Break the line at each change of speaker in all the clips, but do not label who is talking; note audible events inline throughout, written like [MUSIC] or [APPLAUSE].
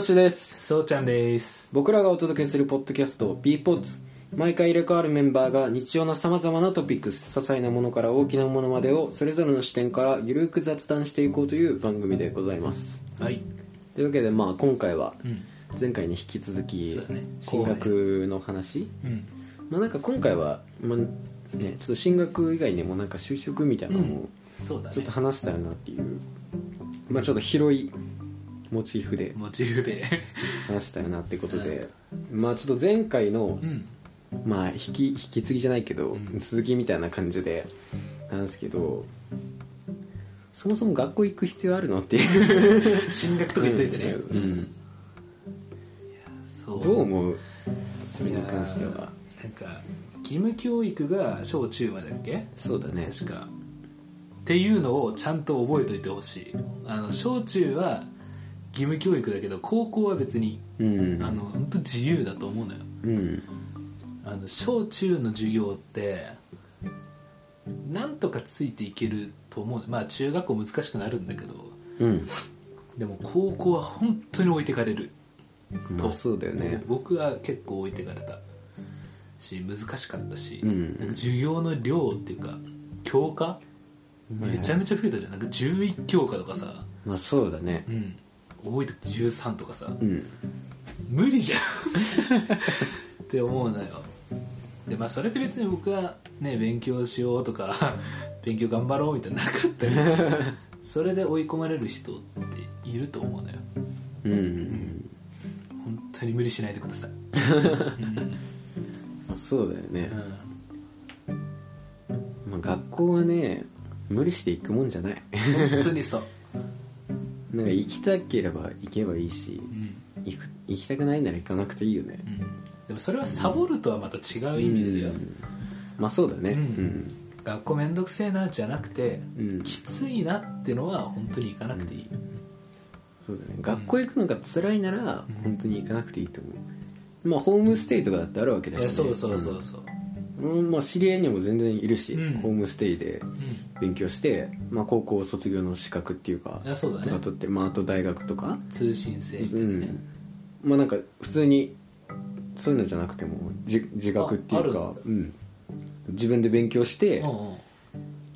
しです
そうちゃんです
僕らがお届けするポッドキャスト b ポッツ毎回入れ替わるメンバーが日常のさまざまなトピックス些細なものから大きなものまでをそれぞれの視点からゆるく雑談していこうという番組でございます
はい、
というわけでまあ今回は
うん
前回に引き続き
そうだね
進学の話、
うん、
まあなんか今回は、まあね、ちょっと進学以外にもなんか就職みたいなのも
そうだね
ちょっと話せたらなっていう、まあちょっと広いモチーフで
モチーフで
話せたらなってことで、まあちょっと前回の
う、ん
まあ、引き引き継ぎじゃないけど、
うん
続きみたいな感じでなんですけどそもそも学校行く必要あるのっていう
[LAUGHS] 進学とか言っといてね、
うんうん
そう
どう思うそれに関して
いや
は
ーなんか義務教育が小中までだっけ
そうだね
確かっていうのをちゃんと覚えといてほしいあの小中は義務教育だけど高校は別に
うん
あの本当自由だと思うのよ
うん
あの小中の授業ってなんとかついていけると思うまあ中学校難しくなるんだけど
うん
でも高校は本当に置いてかれる、
まあそうだよね
僕は結構置いてかれたし難しかったし、
うん
なんか授業の量っていうか教科めちゃめちゃ増えたじゃんなんか11教科とかさ、
まあそうだね
うん、多い時13とかさ
うん
無理じゃんって思うのよでまあそれで別に僕はね勉強しようとか [LAUGHS] 勉強頑張ろうみたいなのなかったけ
[LAUGHS]
どそれで追い込まれる人っていると思うのよ
うん
本当に無理しないでく
[LAUGHS]
ださい、
まあそうだよね
う、
まあ、学校はね無理して行くもんじゃない [LAUGHS]
ん、本当にそう、
なんか行きたければ行けばいいし
うん
行く行きたくないなら行かなくていいよね
うん、でもそれはサボるとはまた違う意味だよ、
うんまあそうだねう
うん
ん
学校めんどくせえなじゃなくて
うん
きついなってのは本当に行かなくていい、
そうだね学校行くのが辛いなら
うん
本当に行かなくていいと思うまあホームステイとかだってあるわけだし、
い
ね、
やそうそうそうそう、
うん、うんまあ知り合いにも全然いるし、
うん
ホームステイで
うん
勉強して、まあ、高校卒業の資格っていうか
いやそうだ
とか
ね
取って、まあ、あと大学とか
通信制みた
う
いなね、
んまあなんか普通にそういうのじゃなくても自自学っていう
ああ
か、うん、自分で勉強して
うんうん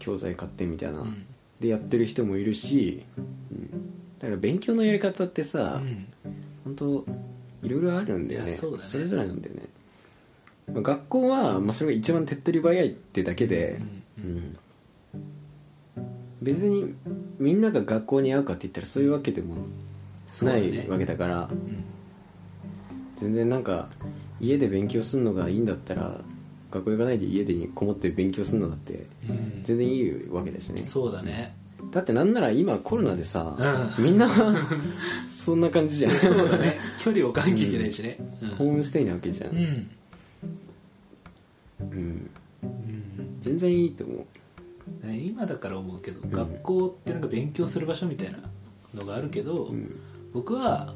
教材買ってみたいな、
うん
でやってる人もいるし、うん、だから勉強のやり方ってさ、本当いろいろあるんだよね
いやそうだね
れぞれなんだよね、まあ、学校は、まあ、それが一番手っ取り早いってだけで、うん別にみんなが学校に合うかって言ったらそういうわけでもないわけ
け
だから全然なんか家で勉強するのがいいんだったら学校行かないで家でこもって勉強するのだって全然いいわけだしね
そうだね
だってなんなら今コロナでさ、
う
み
[LAUGHS]
んなそんな感じじゃん
そうだね距離を置かなきゃいけないしね
ホームステイなわけじゃ、
うんん
うん、
うん
全然いいと思う
ね今だから思うけど学校ってなんか勉強する場所みたいなのがあるけど
ん
僕は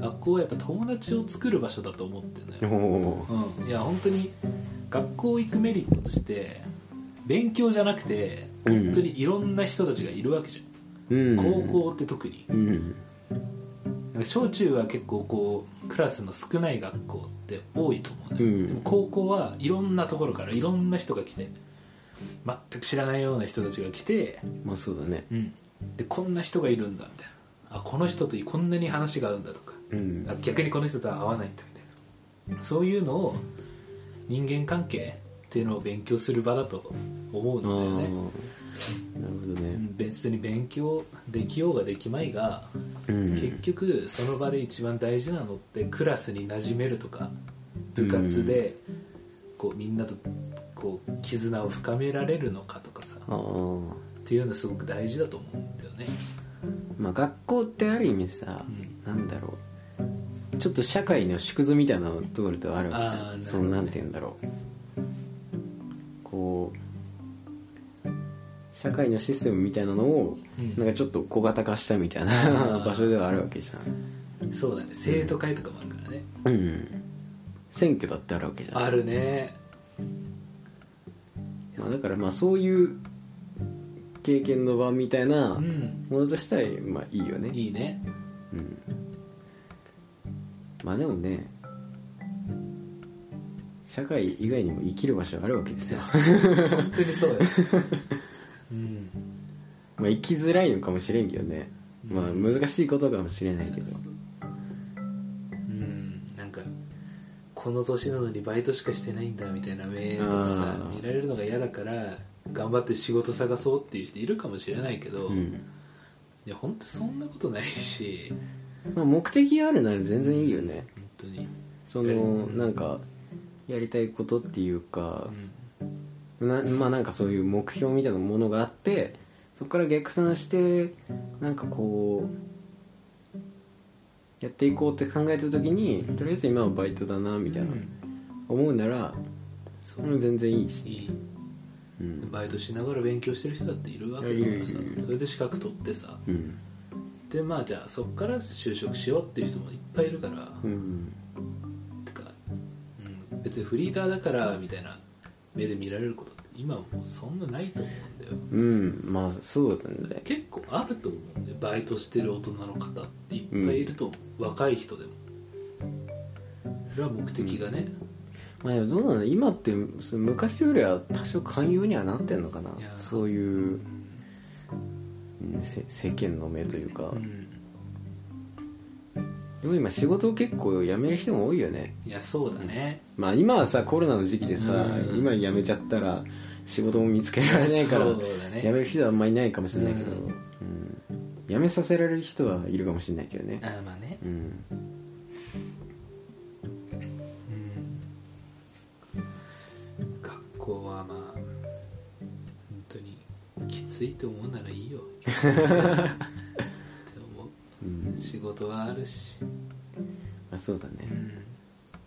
学校はやっぱ友達を作る場所だと思ってるのよ
お
うんいや本当に学校行くメリットとして勉強じゃなくて
うん
本当にいろんな人たちがいるわけじ
ー
ゃん高校って特に
うん
小中は結構こうクラスの少ない学校って多いと思うね、
うん
でも高校はいろんなところからいろんな人が来て全く知らないような人たちが来て、
まあそうだね
でこんな人がいるんだみたいなあこの人とこんなに話が合うんだとか
うん
あ逆にこの人とは合わないんだみたいなそういうのを人間関係っていうのを勉強する場だと思うん
ああ
だよ
な
ね
るほど
う
ね
ん別に勉強できようができまいが
うん
結局その場で一番大事なのってクラスに馴染めるとか部活でこうみんなとこう絆を深められるのかとかさ
ああ
っていうのすごく大事だと思うんだよね。
まあ学校ってある意味さ、
うん
なんだろうちょっと社会の縮図みたいなところではあるわけじ
あーな
ゃ
るほど
ん
ね
そのなんて言うんだろうこう社会のシステムみたいなのを、
うん
なんかちょっと小型化したみたいな [LAUGHS]
あー
場所ではあるわけじゃ
そうだね生徒会とかもあるからね、
んうん選挙だってあるわけじゃん
あるね
まあ、だからまあそういう経験の場みたいな
うん
ものとしてはまあいいよね
いいね
うんまあでもね社会以外にも生きる場所があるわけですよ
本当にそうよ、 [LAUGHS] うん、
まあ生きづらいのかもしれんけどねまあ難しいことかもしれないけど
うんなんかこの年なのにバイトしかしてないんだみたいな目とかさ
あー
見られるのが嫌だから頑張って仕事探そうっていう人いるかもしれないけど、
う
い
ん
や本当そんなことないし
まあ目的があるなら全然いいよね
本当に、
そ
え
のなんかやりたいことっていうかなまあなんかそういう目標みたいなものがあってそこから逆算してなんかこうやっていこうって考えた時にとりあえず今はバイトだなみたいな、
うん
思うなら
そう
うん全然いいし、
いい
うん
バイトしながら勉強してる人だっているわけだからさ
いるいるいる
それで資格取ってさ
うん
でまあじゃあそっから就職しようっていう人もいっぱいいるから、
うん、
てか、うん、別にフリーターだからみたいな目で見られることって今はもうそんなないと思うんだよ
うん、まあそうだね
結構あると思うんだよバイトしてる大人の方っていっぱいいると思う、若い人でもそれは目的がね、
まあでもどうなの今ってその昔よりは多少寛容にはなってんのかない
や
そういう、うんせ世間の目というか、
うん、
でも今仕事を結構辞める人も多いよね
いやそうだね
まあ今はさコロナの時期でさ、
うん
今辞めちゃったら仕事も見つけられないから
そうだ
辞め
ね
る人はあんまりいないかもしれないけど、
う
うんん辞めさせられる人はいるかもしれないけどね
あまあね
うん
うん学校はまあ本当にきついと思うならいい
[LAUGHS]
よって思
うん
う仕事はあるし、
まあそうだね、
うん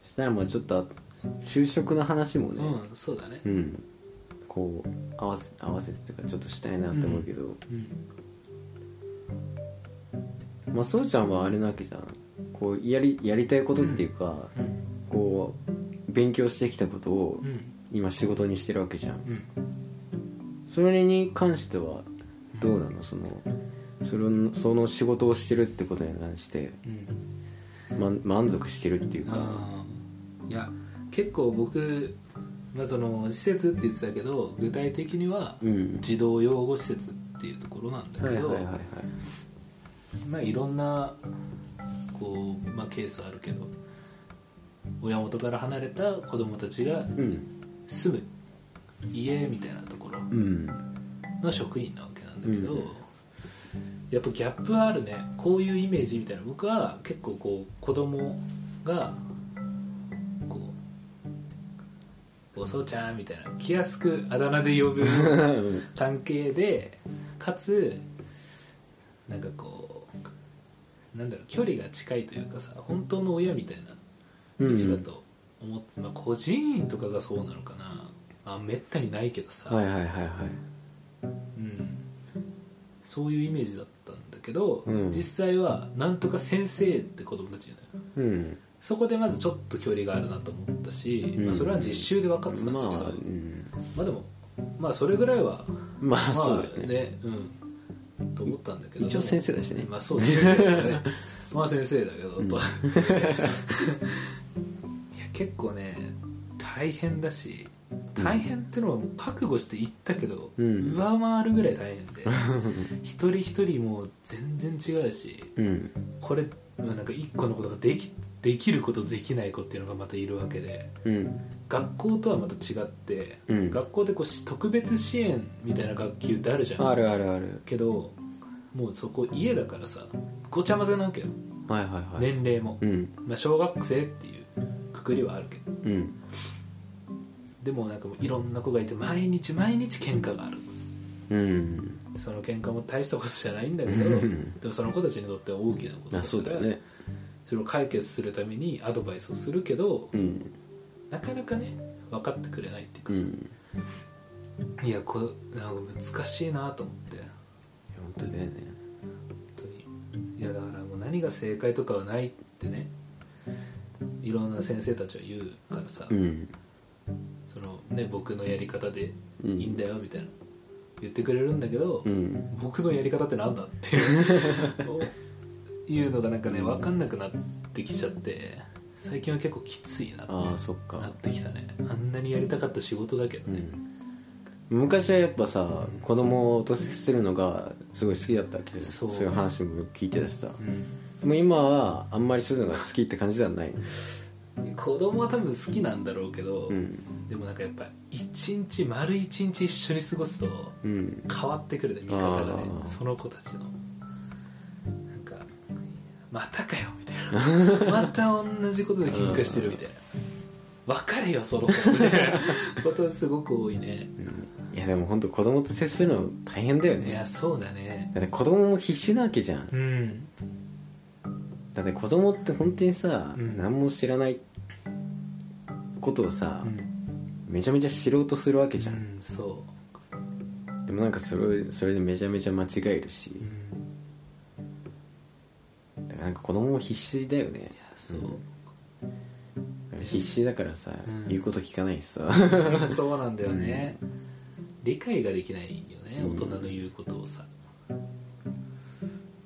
そしたらまあちょっと就職の話もね、
うんそうだね
うん、こう合わせ合わせてというかちょっとしたいなって思うけど、
うん
まあそうちゃんはあれなわけじゃんこうやりやりたいことっていうか、
うん
こう勉強してきたことを
うん
今仕事にしてるわけじゃん
うん
それに関してはどうなのそのそれのその仕事をしてるってことに関して、
うん
ま、満足してるっていうか
あーいや結構僕、まあ、その施設って言ってたけど具体的には
うん
児童養護施設っていうところなんだ
はい
け
はい
ど、
はいはい
まあ、いろんなこう、まあ、ケースあるけど親元から離れた子供たちが
うん
住む家みたいなところ
うん
の職員なわけなんだけど、
うん
やっぱギャップはあるねこういうイメージみたいな僕は結構こう子供がこう「おそうちゃん」みたいな気安くあだ名で呼ぶ
[LAUGHS]
関係でかつなんかこうなんだろう距離が近いというかさ本当の親みたいな
う
位置だ
ん
と思って、まあ個人員とかがそうなのかな、まあ、めったにないけどさ、
はいはいはいはい
うん、そういうイメージだったんだけど、
うん
実際はなんとか先生って子供たちじゃない
うん
そこでまずちょっと距離があるなと思ったし、
うん
まあ、それは実習で分かってたんだけど、
まあ、
まあ
うん、
でもまあそれぐらいは
ま
ま
あそうだよね
うんと思ったんだけど
一応先生だし
で
ね
もまあそう先生だよね [LAUGHS] まあ先生だけど、
うん [LAUGHS]
といや結構ね大変だし大変ってのはもう覚悟して言ったけど、
うん
上回るぐらい大変で
[LAUGHS]
一人一人もう全然違うし
うん
これまあなんか一個のことができできることできない子っていうのがまたいるわけで
うん
学校とはまた違って、
うん
学校でこうし特別支援みたいな学級ってあるじゃん
あるあるある
けどもうそこ家だからさごちゃ混ぜなわけよ、
はいはいはい、
年齢も、
うん
まあ、小学生っていうくくりはあるけど
うん
でもなんかもういろんな子がいて毎日毎日喧嘩がある
うん
その喧嘩も大したことじゃないんだけど
うん
でもその子たちにとっては大きなこと
ま
だ
あそう
か
だよ
ら
ね
それを解決するためにアドバイスをするけど
うん
なかなかね分かってくれないっていうか
う
さ、
ん
いやこなんか難しいなと思って本
本当だよね
当にいやだからもう何が正解とかはないってねいろんな先生たちは言うからさ、
うん
そのね、僕のやり方で
うん
いいんだよみたいな言ってくれるんだけど、
うん
僕のやり方ってなんだっていういうのがなんかね分かんなくなっってきちゃって最近は結構きついなって
ああそっ
なっ
か
てきたねあんなにやりたかった仕事だけど
う
ね、
ん昔はやっぱさ子供を落とせるのがすごい好きだったわけで
そ
そうういう話もよく聞いてたしさ
うん
もう今はあんまりそういうのが好きって感じではない
子供は多分好きなんだろうけど、
うん
でもなんかやっぱ一日丸一日一緒に過ごすと
うん
変わってくるね見方がね
あー
その子たちのなんか「またかよ」みた [LAUGHS] いな「また同じことで喧嘩してる」みたいな「別れよそろそろ」みたいなことすごく多いね
いやでも本当子供と接するの大変だよ
いや
ね
そうだね
だって子供も必死なわけじゃん
うん
だって子供って本当にさ、
うん
何も知らないことをさ、
うん、
めちゃめちゃ知ろうとするわけじゃん、
うんそ
でもなんかそれそれでめちゃめちゃ間違えるし
う、うん、
だからなんか子供も必死だよね
いやそう
必死だからさ、
うん
言うこと聞かないしさ
そうなんだよね、理解ができないよね
うん
大人の言うことをさ、うん、い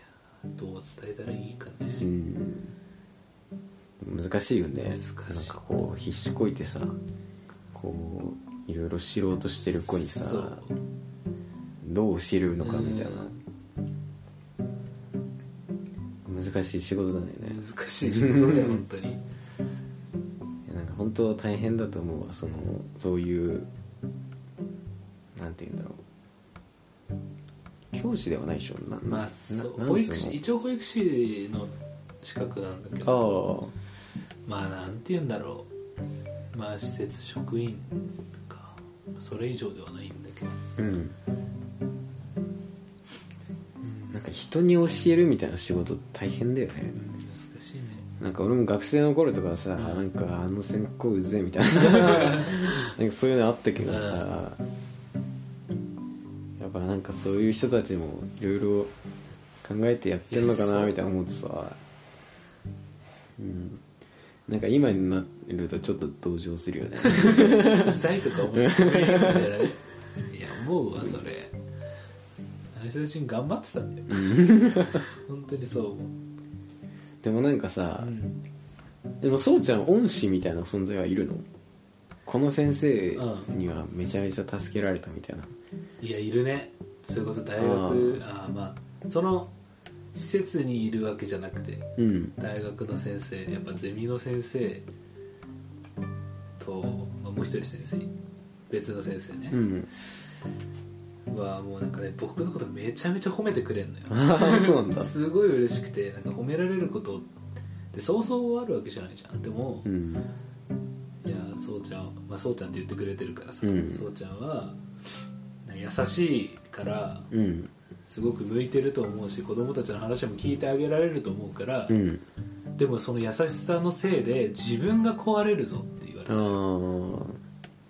やどう伝えたらいいか
う
ね、
ん難しいよね
難しい
なんかこう必死こいてさこういろいろ知ろうとしてる子にさ
そう
どう知るのかみたいな、難しい仕事だね
難しい仕事だよ本当
い
に
やなんか本当大変だと思うわそのそういうなんて言うんだろう教師ではないでしょな
ま
な
あそ
なな
う
んつうの
保育士一応保育士の資格なんだけど
あ
まあなんて言うんだろうまあ施設職員かそれ以上ではないんだけど
あうんなんか人に教えるみたいな仕事大変だよね
うん難しいね
なんか俺も学生の頃とかさ、なんかあの先行うぜみたいな [LAUGHS] なんかそういうのあったけどさ、やっぱなんかそういう人たちもいろいろ考えてやってんのか
いやそ
な
う
みたいな思ってさうんなんか今になるとちょっと同情するよ [LAUGHS] ね
[LAUGHS] うざいとか思ってくれるみたいなねいや思うわそれあの人たちに頑張ってたんだよ [LAUGHS] 本当にそう思う、
でもなんかさ、
うん
でもそうちゃん恩師みたいな存在はいるのこの先生にはめちゃめちゃ助けられたみたいな、
いやいるねそれこそ大
あ
学ああまあその施設にいるわけじゃなくて
うん
大学の先生やっぱゼミの先生と、まあ、もう一人先生別の先生ね
う、ん
はもうなんかね僕のことめちゃめちゃ褒めてくれんのよ
ああそう [LAUGHS] なんだ
すごい嬉しくてなんか褒められることでそうそうあるわけじゃないじゃんでも
う、ん
いやそうちゃんまあそうちゃんって言ってくれてるからさ、
うん
そうちゃんはなんか優しいから
うん
すごく向いてると思うし子供たちの話も聞いてあげられると思うから、
うん
でもその優しさのせいで自分が壊れるぞって言わ
あ
れて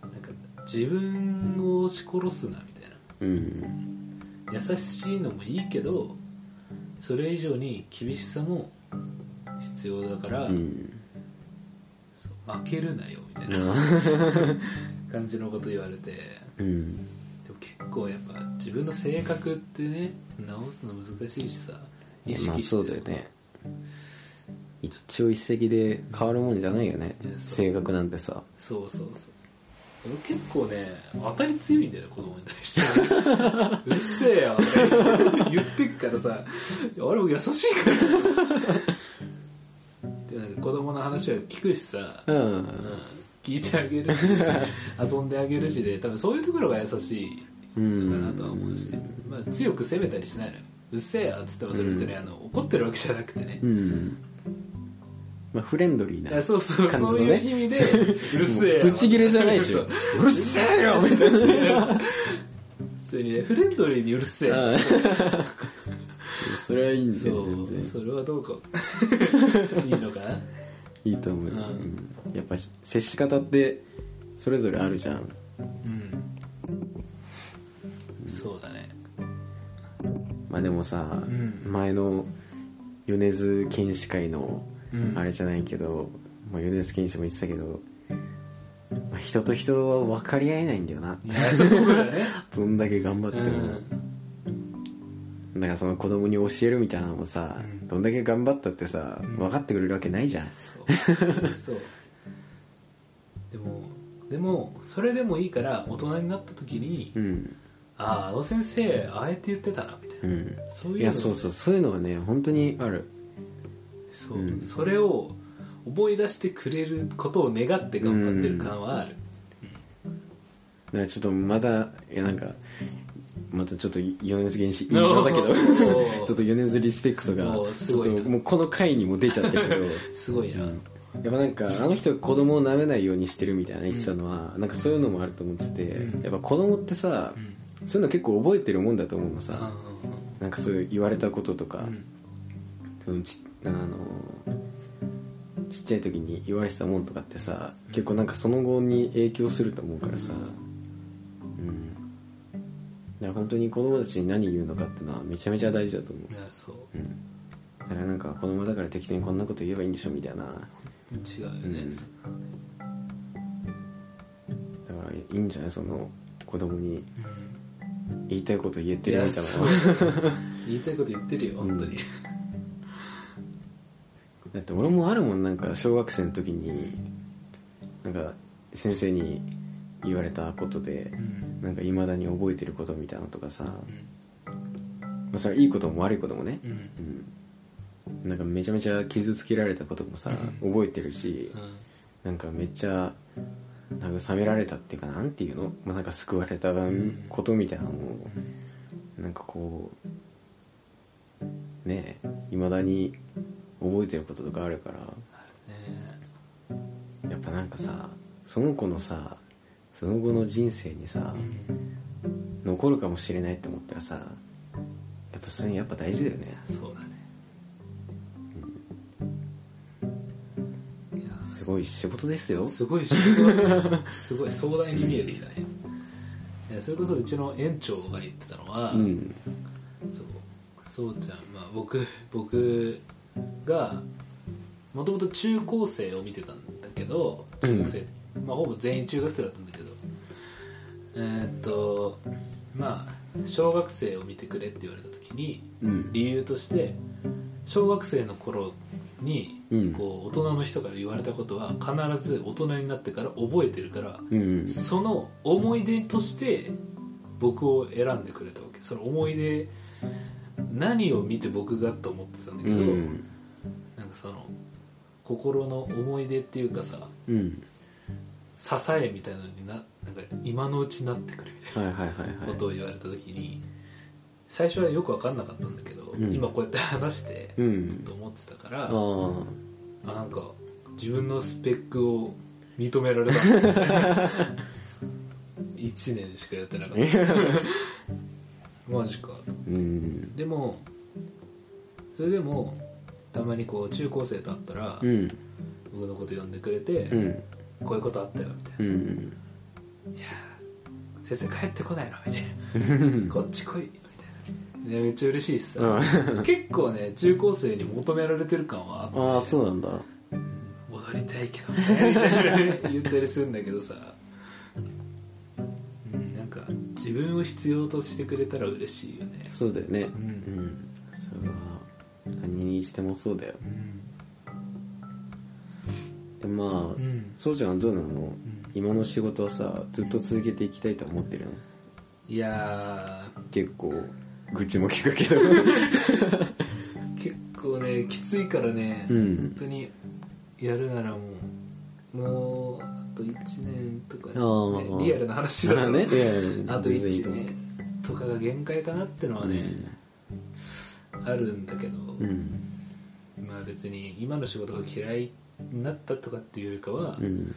あ
なんか自分を押し殺すなみたいな
うん
優しいのもいいけどそれ以上に厳しさも必要だから、
うん
そう負けるなよみたいな感じのこと言われてで
うん
も結構やっぱ自分の性格ってね直すの難しいしさ意識して
まあそうだよね一朝一夕で変わるもんじゃないよね
いやそう
性格なんてさ
そうそうそう俺結構ね当たり強いんだよね子供に対 [LAUGHS] してうるせえよとか言ってっからさいや俺も優しいからでもなんか子供の話は聞くしさ、
う
うん
ん、
聞いてあげるし遊んであげるしで多分そういうところが優しい
うんう
のかなんとは思うし、まあ、強く責めたりしないのようっせえよっつってもそれ別にあの怒ってるわけじゃなくてね、
うんまあフレンドリーな
あそうそう、
感じの
そう
ね
いう意味でうるせえ
[LAUGHS]
よ
ぶち切れじゃないでし
[LAUGHS]
ょうるせえよみ [LAUGHS] たい
普通にねフレンドリーにうるせえ、
なうんそれはいいんだ
そ
よ
う
全然
それは
[LAUGHS]
どうかいいのかない
いと思う、
うん
うんやっぱ接し方ってそれぞれあるじゃん
うんそうだね
まあでもさ、
うん
前の米津玄師会の
うん
あれじゃないけど、まあ、米津玄師も言ってたけど、まあ、人と人は分 [LAUGHS] かり合えないんだよない
やそうだね
どんだけ頑張って
う
も、
ん
だからその子供に教えるみたいなのもさ、
うん
どんだけ頑張ったってさ
ん
分かってくれるわけないじゃん、
そうそうでもでもそれでもいいから大人になった時に、
うん
あああの先生ああやって言ってたなみたいな
うん
そういう
いやそうそうそういうのはね本当にある
そう、
うん
それを思い出してくれることを願って頑張ってる感はある、
だからちょっとまだいやなんかまたちょっと米津玄師言い
お
方
ー
だけどち
お
ょ
ー
っと米津リスペクトが
おー
ち
す
ょっ
ご
と
いな
もうこの回にも出ちゃってるけど
[LAUGHS] すごいな、
やっぱなんかあの人が子供を舐めないようにしてるみたいな言ってたのは、なんかそういうのもあると思ってて、
うん
やっぱ子供ってさ
う、ん
そういうの結構覚えてるもんだと思うのさ、
あ
なんかそういう言われたことと
あ
か、
うん
そのちあのちっちゃい時に言われてたもんとかってさ結構なんかその後に影響すると思うからさ、うん、だから本当に子供たちに何言うのかっていうのはめちゃめちゃ大事だと思う
いやそう
だからなんか子供だから適当にこんなこと言えばいいんでしょみたいなだか
違うよね、
うんらいいんじゃないその子供に
うん
言いたいこと言えて
い
る
や
みたい
そ
な
う [LAUGHS] 言いたいこと言ってるよ本当に、
だって俺もあるもんなんか小学生の時になんか先生に言われたことで
うん
なんかいまだに覚えてることみたいなのとかさ、ま
うん
あ、それはいいことも悪いこともね、
うん
うん、なんかめちゃめちゃ傷つけられたこともさ覚えてるし
うん
なんかめっちゃ慰められたっていうかなんていうの、まあ、なんか救われたことみたいなのもなんかこうねえいまだに覚えてることとかあるから
ね
やっぱなんかさその子のさその後の人生にさ
うん
残るかもしれないって思ったらさやっぱそれやっぱ大事だよね
そうだねいや
すごい仕事ですよ
すごい仕事すごい壮大に見えてきたね、いやそれこそうちの園長が言ってたのは、
うん
そうそうちゃん、まあ、僕 [LAUGHS] 僕がもともと中高生を見てたんだけど中学生、まあ、ほぼ全員中学生だったんだけどえーっとまあ小学生を見てくれって言われた時に
うん
理由として小学生の頃に
うん
こう大人の人から言われたことは必ず大人になってから覚えてるから
うん
その思い出として僕を選んでくれたわけその思い出何を見て僕がと思ってたんだ
う
けど、
ん
なんかその心の思い出っていうかさ
うん
支えみたいなのにななんか今のうちなってくれみたい
はいはいはいは
なことを言われた時に、最初はよく分かんなかったんだけど、
ん
今こうやって話して
いうん
ちょっと思ってたから、
ああ
あなんか自分のスペックを認められた1年しかやってなかった
[LAUGHS]
マジか
うん
でもそれでもたまにこう中高生と会ったら、
うん
僕のこと呼んでくれて、
うん
こういうことあったよみたいな
うん
「いやー先生帰ってこないの?」みたいな「こっち来い」みたいな、ね、めっちゃ嬉しいっす、
あ
結構ね中高生に求められてる感はあって
あそうなんだ
戻りたいけどねみたいな言ったりするんだけどさ、うん、なんか自分を必要としてくれたら嬉しいよね
そうだよね
う
うんんそれは他人にしてもそうだよ
うん
でま
う
あ
ん
そうちゃんはどうなの今の仕事はさずっと続けていきたいと思ってるの
いや
結構愚痴も聞くけど
ー結構ねきついからね、
う
本
ん
当にやるならもうもうあと1年とか
あー
ねリアルな話だ
ま
か
あ
ら
ねいやいや
あと
全然いい
1
と思う
年とかが限界かなってのはね、あるんだけど、
うん
まあ別に今の仕事が嫌いになったとかっていうよりかは、
うん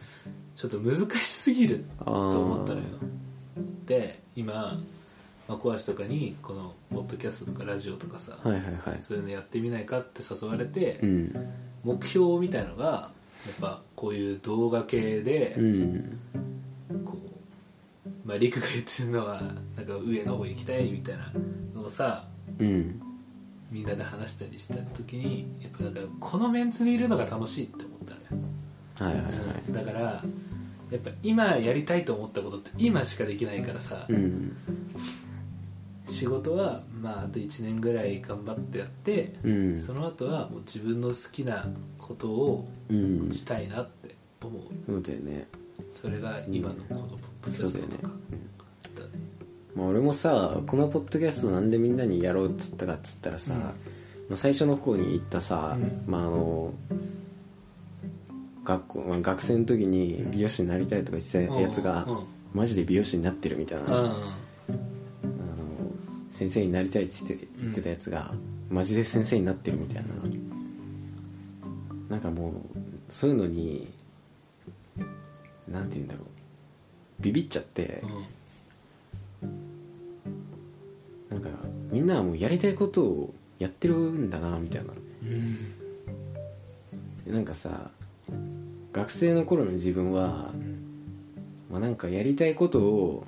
ちょっと難しすぎる
ああ
と思ったのよで今まあ小足とかにこのポッドキャストとかラジオとかさ、
はいはいはい
そういうのやってみないかって誘われて、
うん
目標みたいのがやっぱこういう動画系で
う、ん
こうまあ陸が言ってるのはなんか上の方行きたいみたいなのをさ
うん
みんなで話したりした時にやっぱなんかこのメンツにいるのが楽しいって思ったのよ
はいはいはい
だからやっぱ今やりたいと思ったことって今しかできないからさ、
うん
仕事はまああと1年ぐらい頑張ってやって、
うん
その後はもう自分の好きなことを
うん
したいなって思う
そうだよね
それが今のこのポッドキャストとかだね
まあ、俺もさこのポッドキャストなんでみんなにやろうっつったかっつったらさ、
うん
まあ、最初の方に言ったさ、
うん
まあ、あの学校まあ学生の時に美容師になりたいとか言ってたやつが、
うんうん
マジで美容師になってるみたいな、
う
あの
ん
先生になりたいって言って言ってたやつが、マジで先生になってるみたいななんかもうそういうのになんて言うんだろうビビっちゃって、
うん
なんかみんなはもうやりたいことをやってるんだなみたいな
うん
なんかさ学生の頃の自分は、まあ、なんかやりたいことを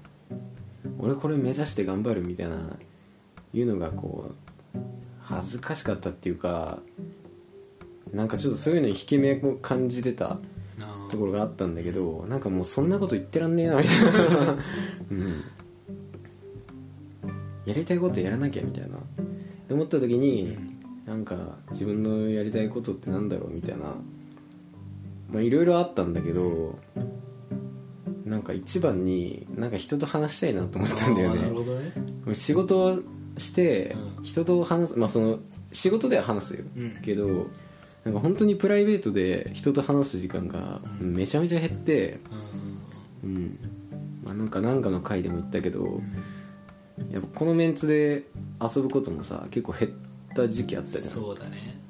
俺これ目指して頑張るみたいないうのがこう恥ずかしかったっていうかなんかちょっとそういうのに引け目を感じてた
あ
ところがあったんだけどなんかもうそんなこと言ってらんねえなみたいな、うん、やりたいことやらなきゃみたいなって思った時になんか自分のやりたいことってなんだろうみたいなまあいろいろあったんだけどなんか一番になんか人と話したいなと思ったんだよ
あーなる
ね
ほどね
仕事をして
うん
人と話すまあその仕事では話すよ
うん
けどなんか本当にプライベートで人と話す時間が
うん
めちゃめちゃ減って、
う
うんまあ、なんか何かの回でも言ったけど
ん
やっぱこのメンツで遊ぶこともさ結構減った時期あったじゃん
そうだね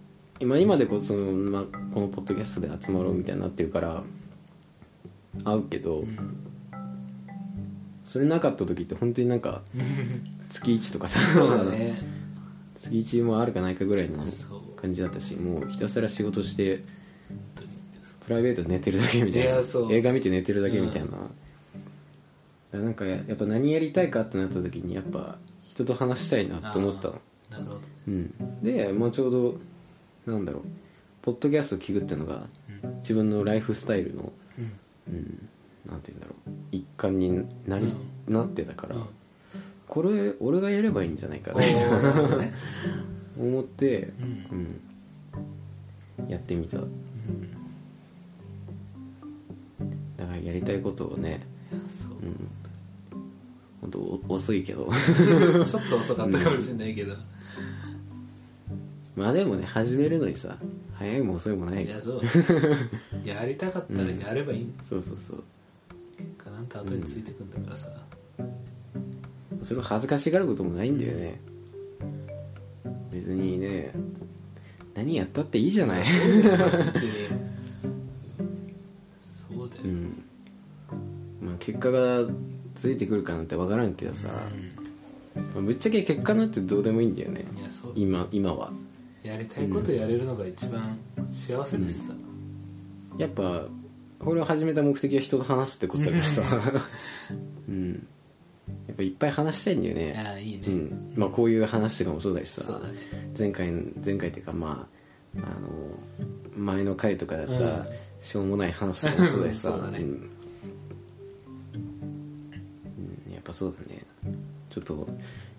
今今でこそ、まあ、このポッドキャストで集まろうみたいになってるから会うけど
うん
それなかった時って本当になんか月1とかさ
そう
[LAUGHS]
だね
月1もあるかないかぐらいの
そう本
感じだったしもうひたすら仕事して
当に
プライベートで寝てるだけみたい
い
な
やそう
映画見て寝てるだけみたいな、だからなんかややっぱ何やりたいかってなった時にやっぱ人と話したいなと思ったの、
な
[LAUGHS]
るほど
うん、で、まあ、ちょうどなんだろうポッドキャスト聞くっていうのが
うん
自分のライフスタイルの、
うん
うん、なんて言うんだろう一環になり、なってたから、
うん
これ俺がやればいいんじゃないか
お
な
ーなるほどね
思って、
うん
うん、やってみた
うん
だからやりたいことをね
そう
うん本当お遅いけど [LAUGHS]
ちょっと遅かったかもしれないけど、
まあでもね始めるのにさ早いも遅いもないい
やそうやりたかったらやればいいん
そうそうそう
かなんて後についてくんだ
[LAUGHS]
からさ、
それを恥ずかしがることもないんだよね別にね何やったっていいじゃない、
別にそうだよ、
うんまあ、結果がついてくるかなんて分からんけどさ、まあぶっちゃけ結果なんてどうでもいいんだよね
うんいやそう
今今は
やりたいことやれるのが一番幸せですさ、
やっぱこれを始めた目的は人と話すってことだからさ [LAUGHS] うんやっぱいっぱい話したいんだよね
ああいいね、
うんまあ、こういう話とかもそうだしさ
そうだね
前回前回っていうかまああの前の回とかだった
う
ら
ん
しょうもない話とかもそうだしさ
[LAUGHS] そうだね
んうんやっぱそうだねちょっと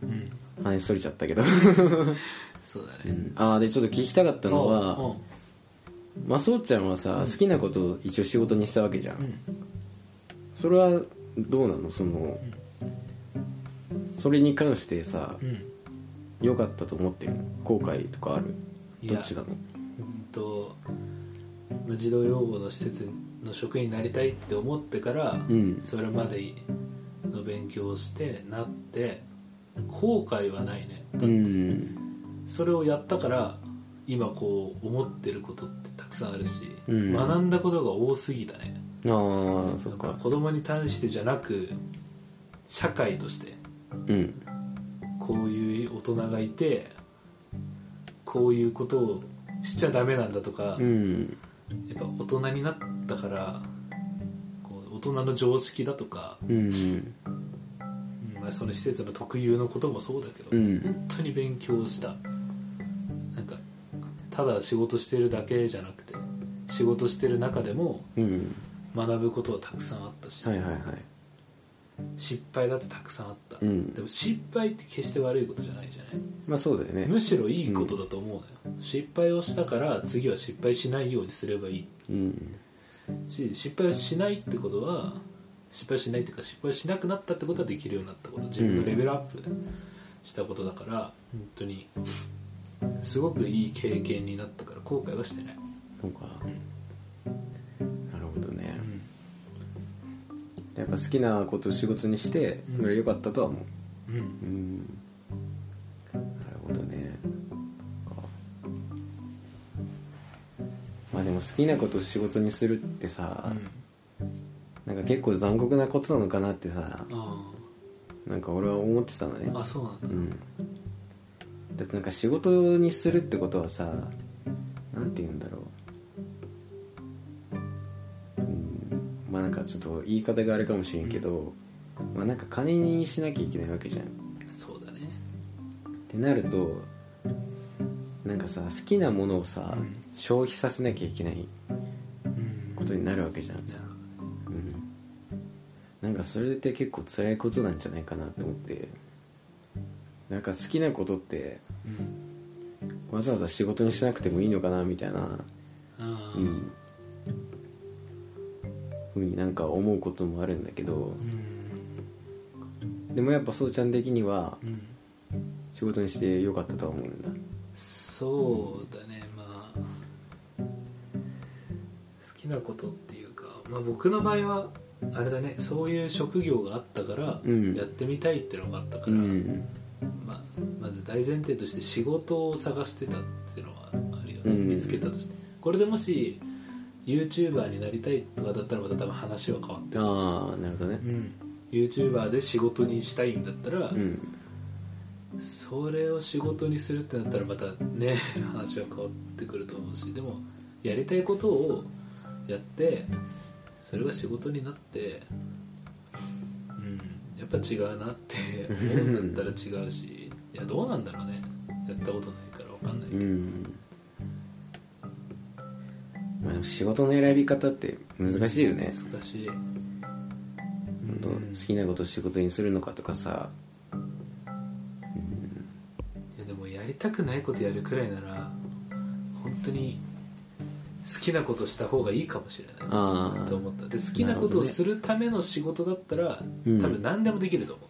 うん
話それちゃった
[LAUGHS]
けど、
そうだ
う
ね、
んああでちょっと聞きたかったの
うん
はまあそうちゃんはさ、好きなことを一応仕事にしたわけじゃん、
うん
それはどうなのその、それに関してさ
うん
良かったと思ってる後悔とかある
いや
どっちなの
うんとまあ児童養護の施設の職員になりたいって思ってから、
うん
それまでの勉強をしてなって後悔はないね
うん
それをやったから今こう思ってることってたくさんあるし、
うん
学んだことが多すぎたね
ああそっ
だ
から
子供に対してじゃなく社会として
うん
こういう大人がいてこういうことをしちゃダメなんだとか、
うん
やっぱ大人になったからこう大人の常識だとか、
うん
うんまあ、その施設の特有のこともそうだけど、
うん
本当に勉強したなんかただ仕事してるだけじゃなくて仕事してる中でも
うん
学ぶことはたくさんあったし、
はいはいはい
失敗だってたくさんあった、
うん
でも失敗って決して悪いことじゃないじゃない
まあそうだよね
むしろいいことだと思うのよ、失敗をしたから次は失敗しないようにすればいい
うん
し失敗をしないってことは失敗しないっていうか失敗しなくなったってことはできるようになったこと自分のレベルアップしたことだから、本当にすごくいい経験になったから後悔はしてない、
そうかなるほどねやっぱ好きなことを仕事にして
うん
それ良かったとは思う
うん
うんなるほどねそっかまあでも好きなことを仕事にするってさ、なんか結構残酷なことなのかなってさ
あ
なんか俺は思ってたのね
ーあそうなんだ
うんだってなんか仕事にするってことはさなんて言うんだろううんまあなんかちょっと言い方があれかもしれんけど、まあなんか金にしなきゃいけないわけじゃんっ
そうだね
てなるとなんかさ好きなものをさ、
うん
消費させなきゃいけない
うん
ことになるわけじゃん、
なる
う
ほ
ん、なんかそれって結構辛いことなんじゃないかなと思ってなんか好きなことって
どうん
わざわざ仕事にしなくてもいいのかなみたいな、
あー
うん、ふうになんか思うこともあるんだけど
うん
でもやっぱそうちゃん的には
うん
仕事にしてよかったとは思うんだ
そうだねまあ好きなことっていうか、まあ、僕の場合はあれだねそういう職業があったから
うん
やってみたいってのがあったか
う
ら、
ん
まあ、まず大前提として仕事を探してたっていうのはあるよね、
うん
見つけたとしてこれでもし YouTuber になりたいとかだったらまた多分話は変わって
ああなるほどね
る、YouTuber で仕事にしたいんだったら、
うん
それを仕事にするってなったらまたね [LAUGHS] 話は変わってくると思うしでもやりたいことをやってそれが仕事になってうんやっぱ違うなって思うんだったら違うしいやどうなんだろうねやったことないから分かんないけ
う
ど、
んまあでも仕事の選び方って難しいよね
難しい、う
本当
ん、
好きなことを仕事にするのかとかさ
いやでもやりたくないことやるくらいなら本当に好きなことした方がいいかもしれない
あ
と思ったで好きなことをするための仕事だったら、
うん
多分何でもできると思
あ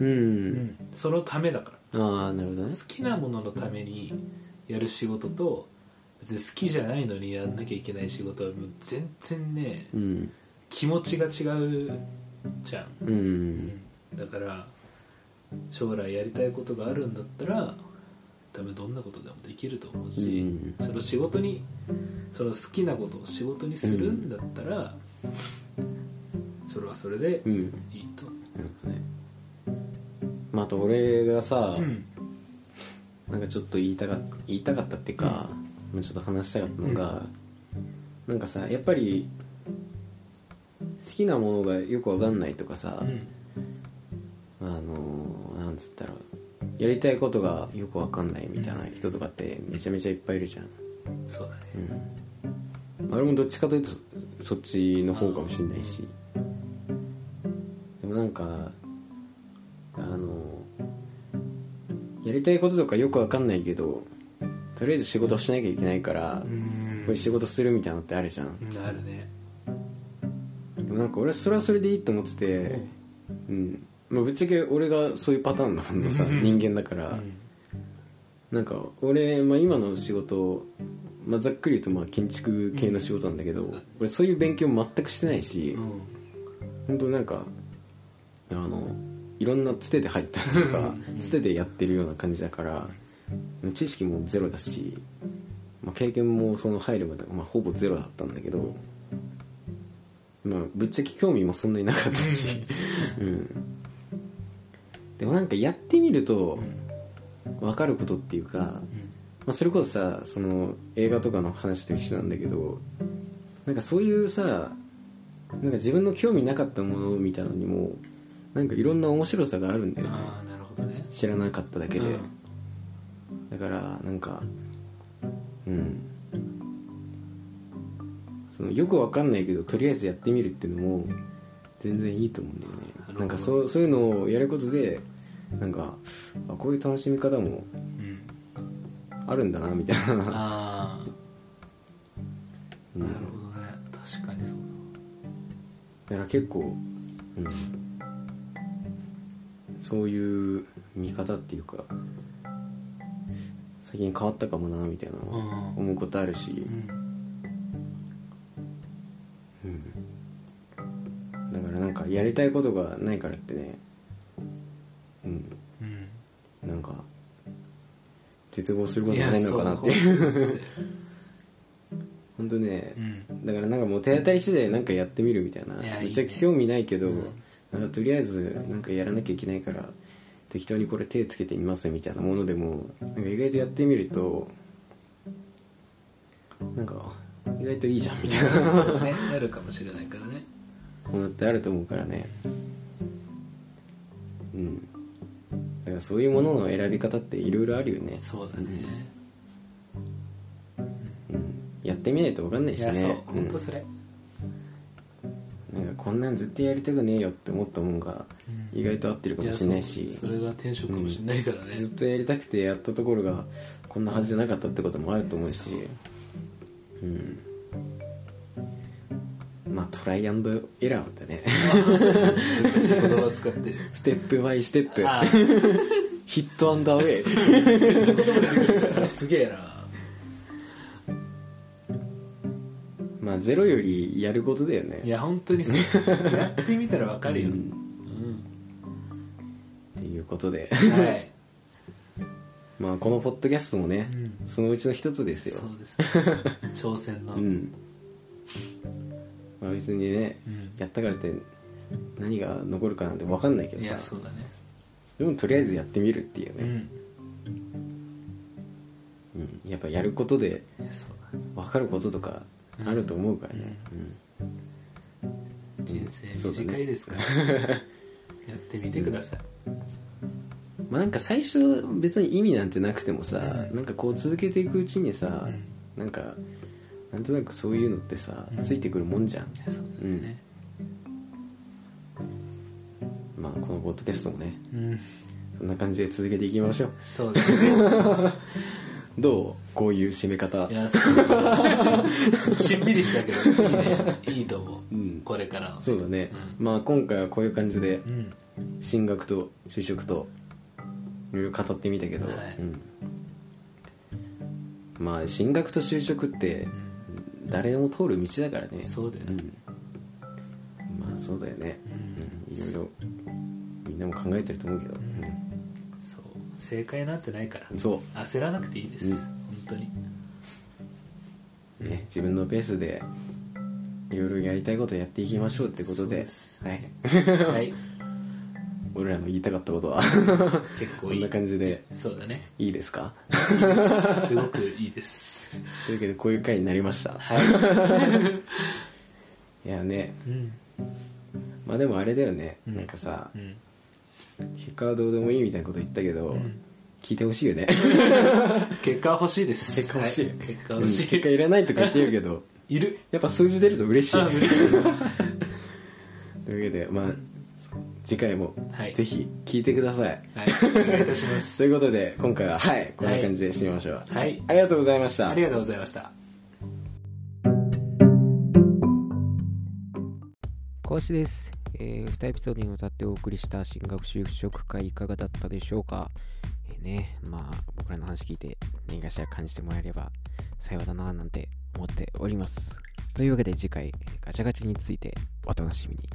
う
う、
ん
そのためだから
ああなるほどね
好きなもののためにやる仕事と別に好きじゃないのにやんなきゃいけない仕事はもう全然ね
うん
気持ちが違うじゃん、
う
うんん、だから将来やりたいことがあるんだったら多分どんなことでもできると思うし、
うん
その仕事にその好きなことを仕事にするんだったら、それはそれで
うん
いいと、
なるほどねまあ、あと俺がさ、なんかちょっと言いたか言いたかったっていうか、まあちょっと話したかったのが、なんかさやっぱり好きなものがよくわかんないとかさ、
うん
あのなんつったらやりたいことがよくわかんないみたいな人とかってめちゃめちゃいっぱいいるじゃん、
そうだね
うん、俺もどっちかというとそっちの方かもしれないしでもなんかあのやりたいこととかよくわかんないけどとりあえず仕事をしなきゃいけないから、こういう仕事するみたいなのってあるじゃん
うんあるね
でもなんか俺はそれはそれでいいと思っててうん、まあ、ぶっちゃけ俺がそういうパターンのさ
うん
人間だから、なんか俺、まあ、今の仕事、まあ、ざっくり言うとまあ建築系の仕事なんだけど、
ん
俺そういう勉強全くしてないし、
うん
本当なんかあのいろんなつてで入ったりとかつてでやってるような感じだから知識もゼロだし、まあ、経験もその入るまで、まあ、ほぼゼロだったんだけど、まあ、ぶっちゃけ興味もそんなになかったし、うん、でもなんかやってみると分かることっていうか、まあ、それこそさその映画とかの話と一緒なんだけどなんかそういうさなんか自分の興味なかったものみたいなのにもなんかいろんな面白さがあるんだよね
ああなるほどね
知らなかっただけで、
うん
だからなんかうんそのよくわかんないけどとりあえずやってみるっていうのも全然いいと思うんだよね
あ
なんかそうそういうのをやることでなんかあこういう楽しみ方も
うん、
あるんだなみたいな
ああ
うん
なるほどね確かにそう
だから結構、うん、そういう見方っていうか最近変わったかもなみたいな
だ
の
う
は
ん、
思うことあるし
う、ん、
うん、だからなんかやりたいことがないからってね、うん、
うん
なんか絶望することはないのかなっていう
やそうそうですね
[LAUGHS]
[LAUGHS]
本当ね
うん
だからなんかもう手当たり次第なんかやってみるみたいない
や
めっちゃ興味ないけど、
うん
なんかとりあえずなんかやらなきゃいけないから適当にこれ手つけてみますみたいなものでもなんか意外とやってみるとなんか意外といいじゃんみたいな
そうねなるかもしれないからね
ものってあると思うからねうんだからそういうものの選び方っていろいろあるよね
そうだね
やってみないと分かんない
い
し
や
ね
そう
う
本
ん
当それ
なんかこんなん絶対やりたくねえよって思ったもんが
うん
意外と合ってるかもしれないし
やそうそれが転職かもしれないからね
ずっとやりたくてやったところがこんなはずじゃなかったってこともあると思うしうんまあトライアンドエラーだね [LAUGHS]
難しい言葉を使 [LAUGHS] って
ステップバイステップ
あー
ヒットアンドアウェ
[LAUGHS]
イ
めっちゃ言葉がすげえな
まあゼロよりやることだよ
い
ね
や本当にそうやってみたらわかるよ、うん
っていうことで
はい、
まあこのポッドキャストもね
うん
そのうちの一つですよ
そうです、ね、挑戦の、
うんまあ別にね
うん
やったからって何が残るかなんて分かんないけど
いや
さ
そうだね
でもとりあえずやってみるっていう
う
ね、
ん
うん、やっぱやることで
いやそうだね
分かることとかあると思うからね、うん
人生
そうだ
短い
ね
ですから、やってみてください、
まあ、なんか最初別に意味なんてなくてもさ、なんかこう続けていくうちにさ、
うん
なんかなんとなくそういうのってさ、
うん
ついてくるもんじゃん
いやそうだね、
まあこのポッドキャストもね
うん、
そんな感じで続けていきましょう
そうですね
どうこういう締め方
いやそう
[LAUGHS]
だねしんみりしたけどいいねいいと思う、
うん
これからの
そうだね、まあ今回はこういう感じで
うん
進学と就職といろいろ語ってみたけど、
はい
うんまあ進学と就職って誰でも通る道だからね
そうだよ
う
ね、
んまあそうだよね、
うん
うんいろいろみんなも考えてると思うけど、
そう正解なんてないから
うんそ
焦らなくていいです、
うん
本当に
[LAUGHS] う、ね、自分のペースでいろいろやりたいことやっていきましょうってこと
そう
で
です
はい、 [LAUGHS]
はい
俺らの言いたかったことは
結
こ
構
ん
い
ない感じで
そうだ
[LAUGHS]
ね
いいですか
すごくいいです
というわけでこういう回になりました
はい
やね
うん
まあでもあれだよね、
うん
なんかさ
うん
結果はどうでもいいみたいなこと言ったけど、
ん
聞いてほしいよね
結果は欲しいです
[LAUGHS] 結果欲しい、
は [LAUGHS] 結果欲し
うん
い、
結果いらないとか言ってるけど
[LAUGHS] いる
やっぱ数字出ると嬉しい
あ嬉しい
というわけでまあ次回も
はい
ぜひ聞いてください、
はいお願いいたしま
[LAUGHS]
す
ということで今回ははいこんな感じで締めましょう
はい
ありがとうございました
ありがとうございました
講師です、えー、2エピソードにわたってお送りした進学就職会いかがだったでしょうか、えーねまあ僕らの話聞いて何かしら感じてもらえれば幸いだななんて思っておりますというわけで次回ガチャガチャについてお楽しみに